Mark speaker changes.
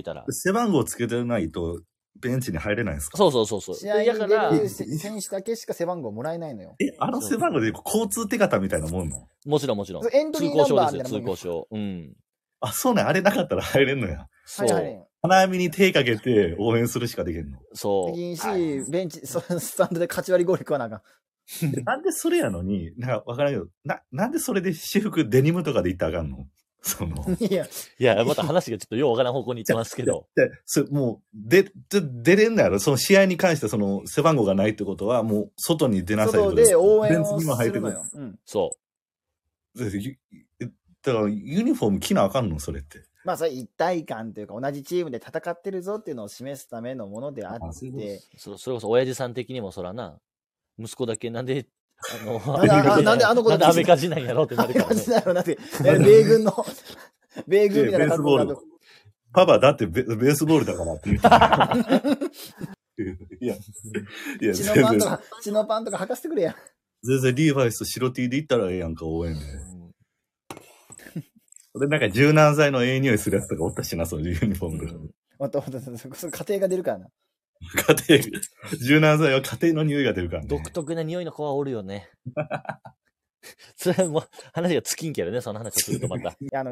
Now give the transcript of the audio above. Speaker 1: いたら。
Speaker 2: 背番号つけてないと、ベンチに入れないんですか
Speaker 1: そうそうそうそう。
Speaker 3: 試合に
Speaker 1: だ
Speaker 3: 出
Speaker 1: から、
Speaker 3: る選手だけしか背番号もらえないのよ。
Speaker 2: え、あの背番号で交通手形みたいなもんの
Speaker 1: もちろんもちろん。
Speaker 3: エント
Speaker 1: 通
Speaker 3: リー
Speaker 1: 行
Speaker 3: ナン
Speaker 1: 証
Speaker 3: バ
Speaker 1: で
Speaker 3: ー
Speaker 1: す
Speaker 3: み
Speaker 1: よ、
Speaker 3: たいな
Speaker 1: 通
Speaker 3: も
Speaker 1: 行
Speaker 3: ん
Speaker 1: 証。
Speaker 3: よ。
Speaker 1: うん。
Speaker 2: あ、そうなん、あれなかったら入れんのや。
Speaker 1: そ
Speaker 3: 入らへ
Speaker 1: う。
Speaker 3: ん。
Speaker 2: 花網に手かけて応援するしかできんの。
Speaker 1: そ
Speaker 3: で
Speaker 1: う。
Speaker 3: きんし、ベンチ、 そスタンドで勝ち割りゴール食わなあかん。
Speaker 2: でなんでそれやのに、なんかわからんけど、な、なんでそれで私服デニムとかで行ったらあかんのその。
Speaker 3: いや、
Speaker 1: いや、また話がちょっとようわからん方向に行ってますけど。
Speaker 2: で、それもう、で、で出れんのやろその試合に関してその背番号がないってことは、もう外に出なさいってこ
Speaker 3: 外
Speaker 2: とす
Speaker 3: で応援
Speaker 2: ベン
Speaker 3: を
Speaker 2: チにも
Speaker 3: す
Speaker 2: 入って
Speaker 3: る
Speaker 2: く
Speaker 3: の
Speaker 2: る
Speaker 3: よ。うん。
Speaker 1: そ
Speaker 2: でゆえだから、ユニフォーム着なあかんのそれって。
Speaker 3: まあ、それ一体感というか、同じチームで戦ってるぞっていうのを示すためのものであ
Speaker 2: あ
Speaker 3: っ
Speaker 2: そういうことで
Speaker 3: て、
Speaker 1: う。そそれこそ親父さん的にもそらな、息子だけなんで、あ の、
Speaker 3: なんであなんであの子
Speaker 1: な
Speaker 3: だ
Speaker 1: ん
Speaker 3: け
Speaker 1: でアメカジなんやろってなるから
Speaker 3: 感
Speaker 1: ね
Speaker 3: じ。だろう なって、え米軍の、 米軍みたいな格好だ
Speaker 2: でベースボー
Speaker 3: と。
Speaker 2: パパ、だってベベースボールだからって言う。 いや、いや、
Speaker 3: 血
Speaker 2: 全
Speaker 3: のパンと
Speaker 2: 然、
Speaker 3: か、血のパンとか履かせてくれや。
Speaker 2: 全然リーバイスと白 T で行ったらええやんか、応援で。
Speaker 1: うん
Speaker 2: 俺なんか柔軟剤のええ匂いするやつとかおったしな、そのユニフォームが。
Speaker 3: おっとおっと、そこそこ家庭が出るからな。
Speaker 2: 家庭、柔軟剤は家庭の匂いが出るからね
Speaker 1: 独。特な匂いの子はお るよね。それはもう話が尽きんけどね、その話をするとまた。
Speaker 3: いやあの、